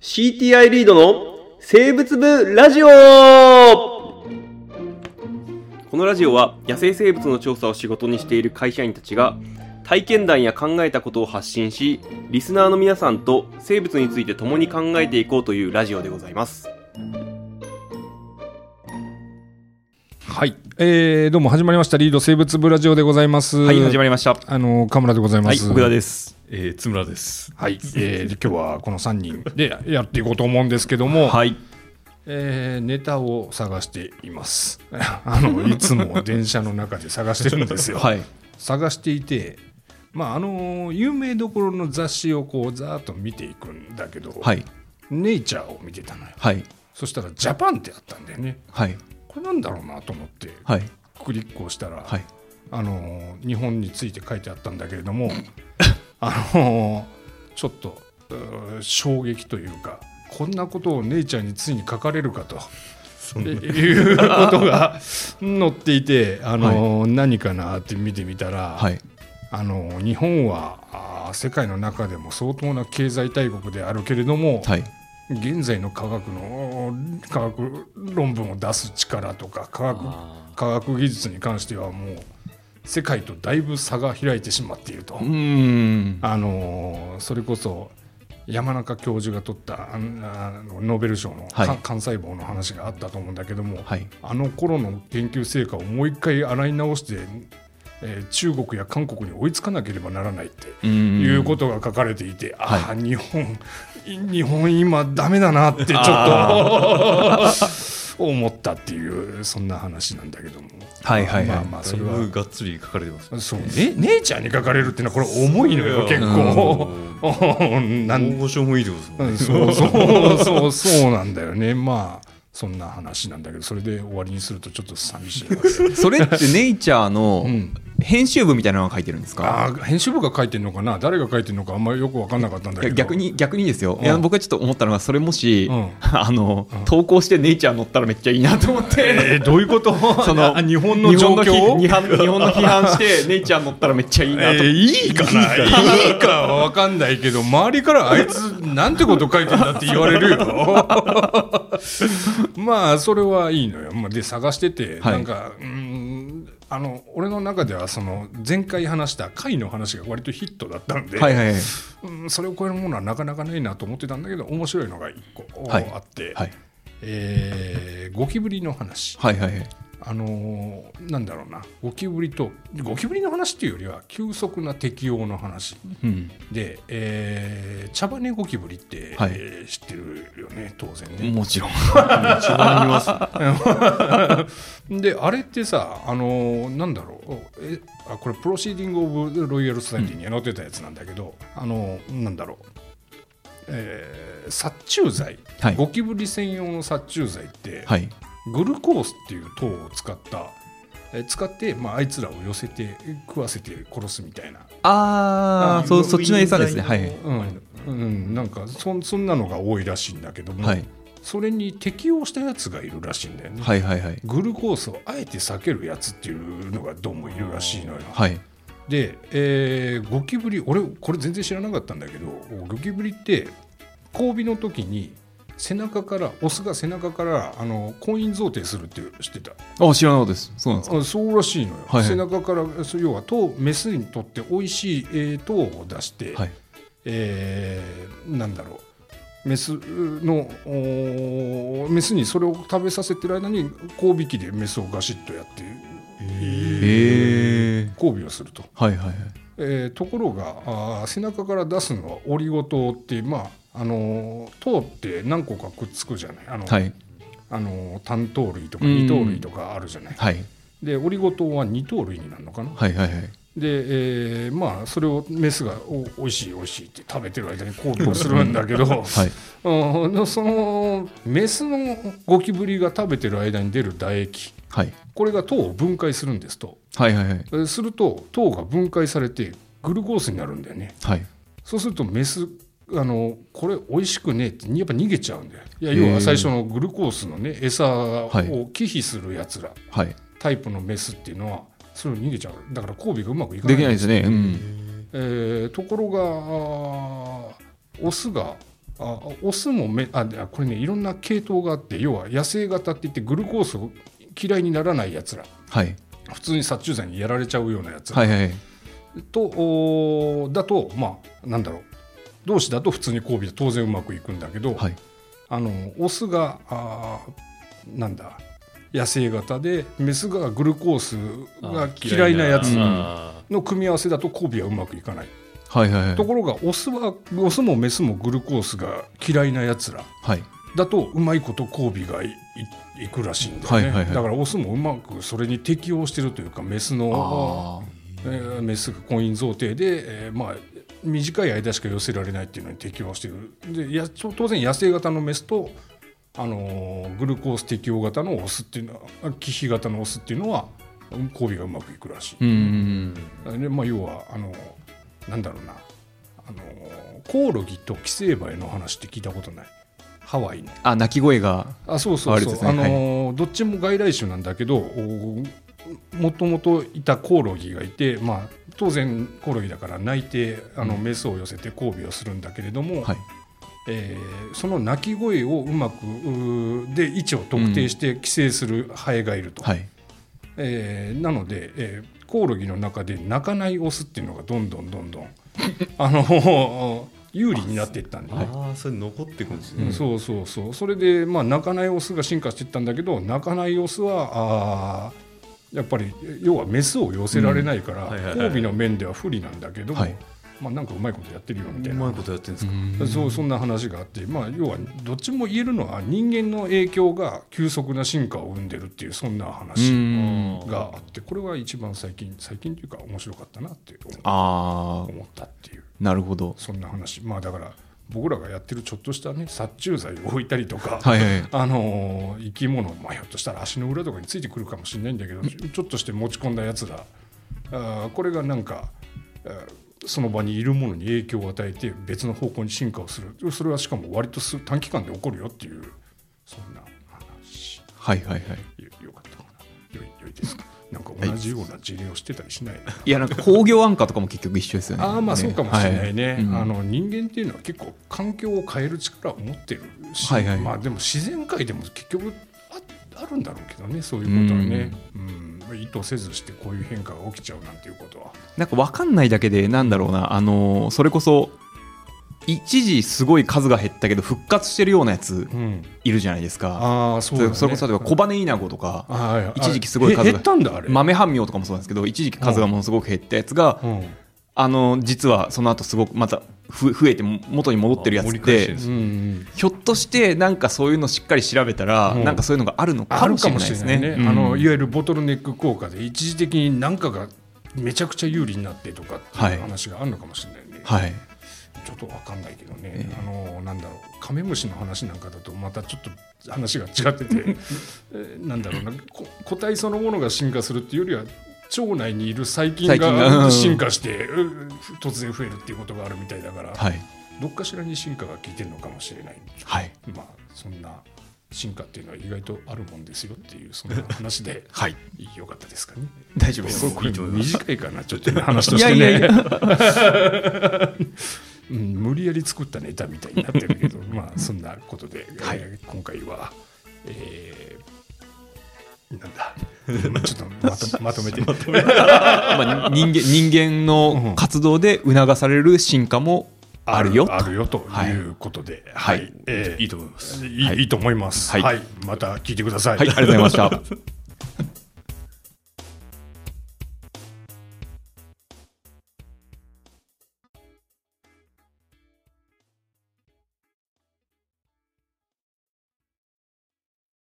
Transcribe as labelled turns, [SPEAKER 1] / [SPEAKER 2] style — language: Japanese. [SPEAKER 1] CTI リードの生物部ラジオこのラジオは野生生物の調査を仕事にしている会社員たちが体験談や考えたことを発信しリスナーの皆さんと生物について共に考えていこうというラジオでございます
[SPEAKER 2] はい、えー、どうも始まりましたリード生物部ラジオでございます。
[SPEAKER 1] はい始まりました
[SPEAKER 2] あの岡村でございま
[SPEAKER 1] はい
[SPEAKER 2] す。
[SPEAKER 1] 奥田です
[SPEAKER 3] えー、津村です。
[SPEAKER 2] はい、えー、今日はこの三人でやっていこうと思うんですけども、
[SPEAKER 1] はい
[SPEAKER 2] えーネタを探しています。 あのいつも電車の中で探してるんですよ。
[SPEAKER 1] はい
[SPEAKER 2] 探していて。まああの有名どころの雑誌をこうざーっと見ていくんだけど、
[SPEAKER 1] はい
[SPEAKER 2] ネイチャーを見てたのよ
[SPEAKER 1] はい
[SPEAKER 2] そしたら「ジャパン」ってあったんだよね
[SPEAKER 1] はい
[SPEAKER 2] これなんだろうなと思って
[SPEAKER 1] はい
[SPEAKER 2] クリックをしたら、
[SPEAKER 1] はい
[SPEAKER 2] あの日本について書いてあったんだけれ どもあのちょっとうー衝撃というかこんなことを姉ちゃんについに書かれるかと。いうことが載っていて、あの何かなって見てみたら、
[SPEAKER 1] はい
[SPEAKER 2] あの日本はあー世界の中でも相当な経済大国であるけれども、
[SPEAKER 1] はい
[SPEAKER 2] 現在の科学の科学論文を出す力とか科学科学技術に関してはもう世界とだいぶ差が開いてしまっていると、
[SPEAKER 1] うーん
[SPEAKER 2] あのーそれこそ山中教授が取ったあんあのノーベル賞の
[SPEAKER 1] はい
[SPEAKER 2] か幹細胞の話があったと思うんだけども、
[SPEAKER 1] はい
[SPEAKER 2] あの頃の研究成果をもう一回洗い直して、えー中国や韓国に追いつかなければならないって
[SPEAKER 1] うーん
[SPEAKER 2] いうことが書かれていて、ああ、日本、日本今ダメだなってちょっと思ったっていう、そんな話なんだけども。
[SPEAKER 1] はいはいはい
[SPEAKER 2] まあまあ、それ
[SPEAKER 3] だいぶ
[SPEAKER 2] は。
[SPEAKER 3] がっつり書かれてます。
[SPEAKER 2] そうね、姉ちゃんに書かれるっていうのはこれ重いのよ結構うん な
[SPEAKER 3] 大
[SPEAKER 2] ん
[SPEAKER 3] 御所もいいでございます、
[SPEAKER 2] そうそうそうそうなんだよねまあそんな話なんだけどそれで終わりにするとちょっと 寂しいわけ
[SPEAKER 4] それってネイチャーの
[SPEAKER 2] ん
[SPEAKER 4] 編集部みたいなのが書いてるんですか、
[SPEAKER 2] あー編集部が書いてるのかな誰が書いてるのかあんまりよく分かんなかったんだけど
[SPEAKER 4] 逆に逆にですよ、
[SPEAKER 2] ん
[SPEAKER 4] いや僕はちょっと思ったのがそれもし、
[SPEAKER 2] うん
[SPEAKER 4] あの投稿してネイチャー乗ったらめっちゃいいなと思って、
[SPEAKER 2] えーどういうこと
[SPEAKER 4] その
[SPEAKER 2] あ日本の
[SPEAKER 4] 日
[SPEAKER 2] 状況を
[SPEAKER 4] 日本の批日本の批判してネイチャー乗ったらめっちゃいいなと思って、
[SPEAKER 2] いいかないいかは分かんないけど周りからあいつなんてこと書いてんだって言われるよ まあそれはいいのよまあで探してて、
[SPEAKER 4] はい
[SPEAKER 2] なんかうーんあの俺の中ではその前回話した貝の話が割とヒットだったんで、
[SPEAKER 4] はいはいはい
[SPEAKER 2] うんそれを超えるものはなかなかないなと思ってたんだけど面白いのが一個
[SPEAKER 4] はい
[SPEAKER 2] あって、
[SPEAKER 4] はい
[SPEAKER 2] えーゴキブリの話、
[SPEAKER 4] はいはい
[SPEAKER 2] あのーなんだろうなゴキブリとゴキブリの話っていうよりは急速な適応の話
[SPEAKER 4] うん
[SPEAKER 2] で、えー茶羽ゴキブリって、
[SPEAKER 4] はい
[SPEAKER 2] えー知ってるよね当然ね。
[SPEAKER 4] もち ろん
[SPEAKER 2] であれってさ、あのーなんだろうえあこれプロシーディング・オブ・ロイヤル・ソサイティに載ってたやつなんだけど、あのーなんだろう、えー殺虫剤、
[SPEAKER 4] はい
[SPEAKER 2] ゴキブリ専用の殺虫剤って、
[SPEAKER 4] はい
[SPEAKER 2] グルコースっていう糖を使ったえ使って、まあ、あいつらを寄せて食わせて殺すみたいな、
[SPEAKER 4] ああそそっちの餌ですねはいはい
[SPEAKER 2] うんうん、なんかそそんなのが多いらしいんだけども、
[SPEAKER 4] はい
[SPEAKER 2] それに適応したやつがいるらしいんだよね、
[SPEAKER 4] はいはいはい
[SPEAKER 2] グルコースをあえて避けるやつっていうのがどうもいるらしいのよ、
[SPEAKER 4] はい
[SPEAKER 2] で、えーゴキブリ俺これ全然知らなかったんだけどゴキブリって交尾の時に背中からオスが背中からあの婚姻贈呈するっていう知ってた
[SPEAKER 4] あ知らなかったですそうなんですか
[SPEAKER 2] あそうらしいのよ、
[SPEAKER 4] はいはい
[SPEAKER 2] 背中からそう要は糖メスにとって美味しいえー糖を出して、
[SPEAKER 4] はい
[SPEAKER 2] えーなんだろうメスのおーメスにそれを食べさせてる間に交尾器でメスをガシッとやって
[SPEAKER 4] えー、
[SPEAKER 2] 交尾をすると、
[SPEAKER 4] はいはいはい
[SPEAKER 2] えーところがあー背中から出すのはオリゴ糖ってまああのー糖って何個かくっつくじゃないあの、
[SPEAKER 4] はい
[SPEAKER 2] あのー単糖類とか
[SPEAKER 4] うん
[SPEAKER 2] 二糖類とかあるじゃない、
[SPEAKER 4] はい
[SPEAKER 2] でオリゴ糖は二糖類になるのかな
[SPEAKER 4] はいはいはい
[SPEAKER 2] で、えーまあそれをメスがお「おいしいおいしい」って食べてる間に交尾をするんだけど、
[SPEAKER 4] はい
[SPEAKER 2] うんそのメスのゴキブリが食べてる間に出る唾液
[SPEAKER 4] はい
[SPEAKER 2] これが糖を分解するんですと
[SPEAKER 4] はいはいはい
[SPEAKER 2] えすると糖が分解されてグルコースになるんだよね
[SPEAKER 4] はい
[SPEAKER 2] そうするとメスあのこれ美味しくねえってやっぱ逃げちゃうんだよいや
[SPEAKER 4] へえ
[SPEAKER 2] 要は最初のグルコースのね餌を
[SPEAKER 4] はい
[SPEAKER 2] 忌避するやつら、
[SPEAKER 4] はい
[SPEAKER 2] タイプのメスっていうのはそれを逃げちゃうだから交尾がうまくいかな
[SPEAKER 4] で
[SPEAKER 2] い
[SPEAKER 4] きないですねうん
[SPEAKER 2] えーところがあーオスがあオスもめあであこれねいろんな系統があって要は野生型って言ってグルコースを嫌いにならないやつら
[SPEAKER 4] はい
[SPEAKER 2] 普通に殺虫剤にやられちゃうようなやつら、
[SPEAKER 4] はいはい
[SPEAKER 2] とおーだとまあなんだろう同士だと普通に交尾で当然うまくいくんだけど、
[SPEAKER 4] はい
[SPEAKER 2] あのオスがあーなんだ野生型でメスがグルコースが嫌いなやつ
[SPEAKER 3] あ
[SPEAKER 2] の組み合わせだと交尾はうまくいかない、
[SPEAKER 4] はいはいはい
[SPEAKER 2] ところがオスはオスもメスもグルコースが嫌いなやつら
[SPEAKER 4] はい
[SPEAKER 2] だとうまいこと交尾がいいいくらしいんだよね、
[SPEAKER 4] はいはいはい
[SPEAKER 2] だからオスもうまくそれに適応してるというかメスの
[SPEAKER 4] あ
[SPEAKER 2] えーメスが婚姻贈呈で、えーまあ短い間しか寄せられないっていうのに適応してるでや当当然野生型のメスと、あのーグルコース適応型のオスっていうのはあ忌避型のオスっていうのはうん交尾がうまくいくらしい
[SPEAKER 4] ーうーん
[SPEAKER 2] でまあ、要はあのなんだろうなあのコオロギと寄生梅の話って聞いたことないハワイの
[SPEAKER 4] あ鳴き声が
[SPEAKER 2] あそうそう
[SPEAKER 4] あれ
[SPEAKER 2] そう
[SPEAKER 4] で
[SPEAKER 2] あ、
[SPEAKER 4] すね
[SPEAKER 2] のどっちも外来種なんだけどおもともといたコオロギがいて、まあ、当然コオロギだから鳴いてあのメスを寄せて交尾をするんだけれども、
[SPEAKER 4] はい
[SPEAKER 2] えーその鳴き声をうまくうーで位置を特定して寄生するハエがいると、
[SPEAKER 4] はい
[SPEAKER 2] えーなので、えーコオロギの中で鳴かないオスっていうのがどんどんどんど んあの有利になっていったんで、
[SPEAKER 3] ーあー、それ残ってくんです
[SPEAKER 2] うん
[SPEAKER 3] ね。
[SPEAKER 2] そうそうそうそれで、まあ、鳴かないオスが進化していったんだけど鳴かないオスはあーやっぱり要はメスを寄せられないから、
[SPEAKER 3] んはいはいはい
[SPEAKER 2] 交尾の面では不利なんだけども、
[SPEAKER 4] はい
[SPEAKER 2] まあ、なんかうまいことやってるよみた
[SPEAKER 3] う
[SPEAKER 2] い
[SPEAKER 3] ま
[SPEAKER 2] ない
[SPEAKER 3] ことやってるんですか。
[SPEAKER 2] そうそんな話があって、まあ、要はどっちも言えるのは人間の影響が急速な進化を生んでるっていうそんな
[SPEAKER 4] う
[SPEAKER 2] 話。
[SPEAKER 4] ーん
[SPEAKER 2] があってこれは一番最近最近というか面白かったなって思
[SPEAKER 4] ああ
[SPEAKER 2] 思ったっていう
[SPEAKER 4] なるほど
[SPEAKER 2] そんな話まあだから僕らがやってるちょっとしたね殺虫剤を置いたりとか、
[SPEAKER 4] はいはい
[SPEAKER 2] あのー生き物、まあ、ひょっとしたら足の裏とかについてくるかもしれないんだけどちょちょっとして持ち込んだやつらあーこれがなんかあーその場にいるものに影響を与えて別の方向に進化をするそれはしかも割とす短期間で起こるよっていうそんな話。
[SPEAKER 4] はいはいはい
[SPEAKER 2] よよかったかな。よいよいですか。なんか同じような事例をしてたりしないな。
[SPEAKER 4] いやなんか工業安価とかも結局一緒ですよね
[SPEAKER 2] ああまあ
[SPEAKER 4] ね
[SPEAKER 2] そうかもしれないね、
[SPEAKER 4] はうん
[SPEAKER 2] あの人間っていうのは結構環境を変える力を持ってるし、
[SPEAKER 4] はいはい
[SPEAKER 2] まあでも自然界でも結局ああるんだろうけどねそういうことはね、うん意図せずしてこういう変化が起きちゃうなんていうことは
[SPEAKER 4] なんか分かんないだけで、なんだろうな、あのーそれこそ、一時すごい数が減ったけど、復活してるようなやつ
[SPEAKER 2] うん、
[SPEAKER 4] いるじゃないですか。
[SPEAKER 2] ああそう
[SPEAKER 4] そ
[SPEAKER 2] だ、
[SPEAKER 4] れ
[SPEAKER 2] ね、
[SPEAKER 4] それこそ、例えば、小羽イナゴとか、
[SPEAKER 2] あー
[SPEAKER 4] 一時期すごい数が
[SPEAKER 2] へ減ったんだあれ、
[SPEAKER 4] 豆半妙とかもそうなんですけど、一時期数がものすごく減ったやつが、
[SPEAKER 2] うん
[SPEAKER 4] あのー実はその後すごくまたふ増えて、元に戻ってるやつ
[SPEAKER 3] 盛
[SPEAKER 4] っ
[SPEAKER 3] り返してるん
[SPEAKER 2] う
[SPEAKER 4] て
[SPEAKER 3] で、す
[SPEAKER 2] んうん
[SPEAKER 4] ひょっとして、なんかそういうのしっかり調べたら、
[SPEAKER 2] うん
[SPEAKER 4] なんかそういうのがあるの
[SPEAKER 2] あ
[SPEAKER 4] か
[SPEAKER 2] る
[SPEAKER 4] もし
[SPEAKER 2] か
[SPEAKER 4] れな
[SPEAKER 2] も
[SPEAKER 4] い
[SPEAKER 2] しれ
[SPEAKER 4] です
[SPEAKER 2] ない
[SPEAKER 4] ね
[SPEAKER 2] ね。
[SPEAKER 4] うん
[SPEAKER 2] あのいわゆるボトルネック効果で一時的に何かがめちゃくちゃ有利になってとかって
[SPEAKER 4] は
[SPEAKER 2] いう
[SPEAKER 4] い
[SPEAKER 2] 話があるのかもしれないね、
[SPEAKER 4] はい。
[SPEAKER 2] ちょっとわかんないけどね、
[SPEAKER 4] ええ
[SPEAKER 2] あのなんだろうカメムシの話なんかだとまたちょっと話が違ってて えなんだろうなこ個体そのものが進化するっていうよりは腸内にいる細菌
[SPEAKER 4] 細菌がう
[SPEAKER 2] が
[SPEAKER 4] ん
[SPEAKER 2] 進化してうん突然増えるっていうことがあるみたいだから、
[SPEAKER 4] はい。
[SPEAKER 2] どっかしらに進化が効いてるのかもしれない
[SPEAKER 4] はい。
[SPEAKER 2] まあそんな進化っていうのは意外とあるもんですよっていうそんな話で、
[SPEAKER 4] はい。
[SPEAKER 2] よかったですかね。
[SPEAKER 4] 大丈夫です
[SPEAKER 2] す。ご
[SPEAKER 3] い
[SPEAKER 2] い
[SPEAKER 3] いと思いま
[SPEAKER 2] 短いかな、ちょっとね話としてね。
[SPEAKER 4] いやいやい
[SPEAKER 2] うん、無理やり作ったネタみたいになってるけど、まあそんなことで、えー今回は、えーなんだ、ちょっとまとまとめて、
[SPEAKER 4] まあ、人間人間の活動で促される進化もあるよ
[SPEAKER 2] あるよと
[SPEAKER 4] はい
[SPEAKER 2] いうことで、はい、
[SPEAKER 4] はい
[SPEAKER 2] えー
[SPEAKER 3] いいと思います。
[SPEAKER 2] いいいいと思います。
[SPEAKER 4] はい
[SPEAKER 2] はい、また聞いてくださ
[SPEAKER 4] はい、ありがとうございました。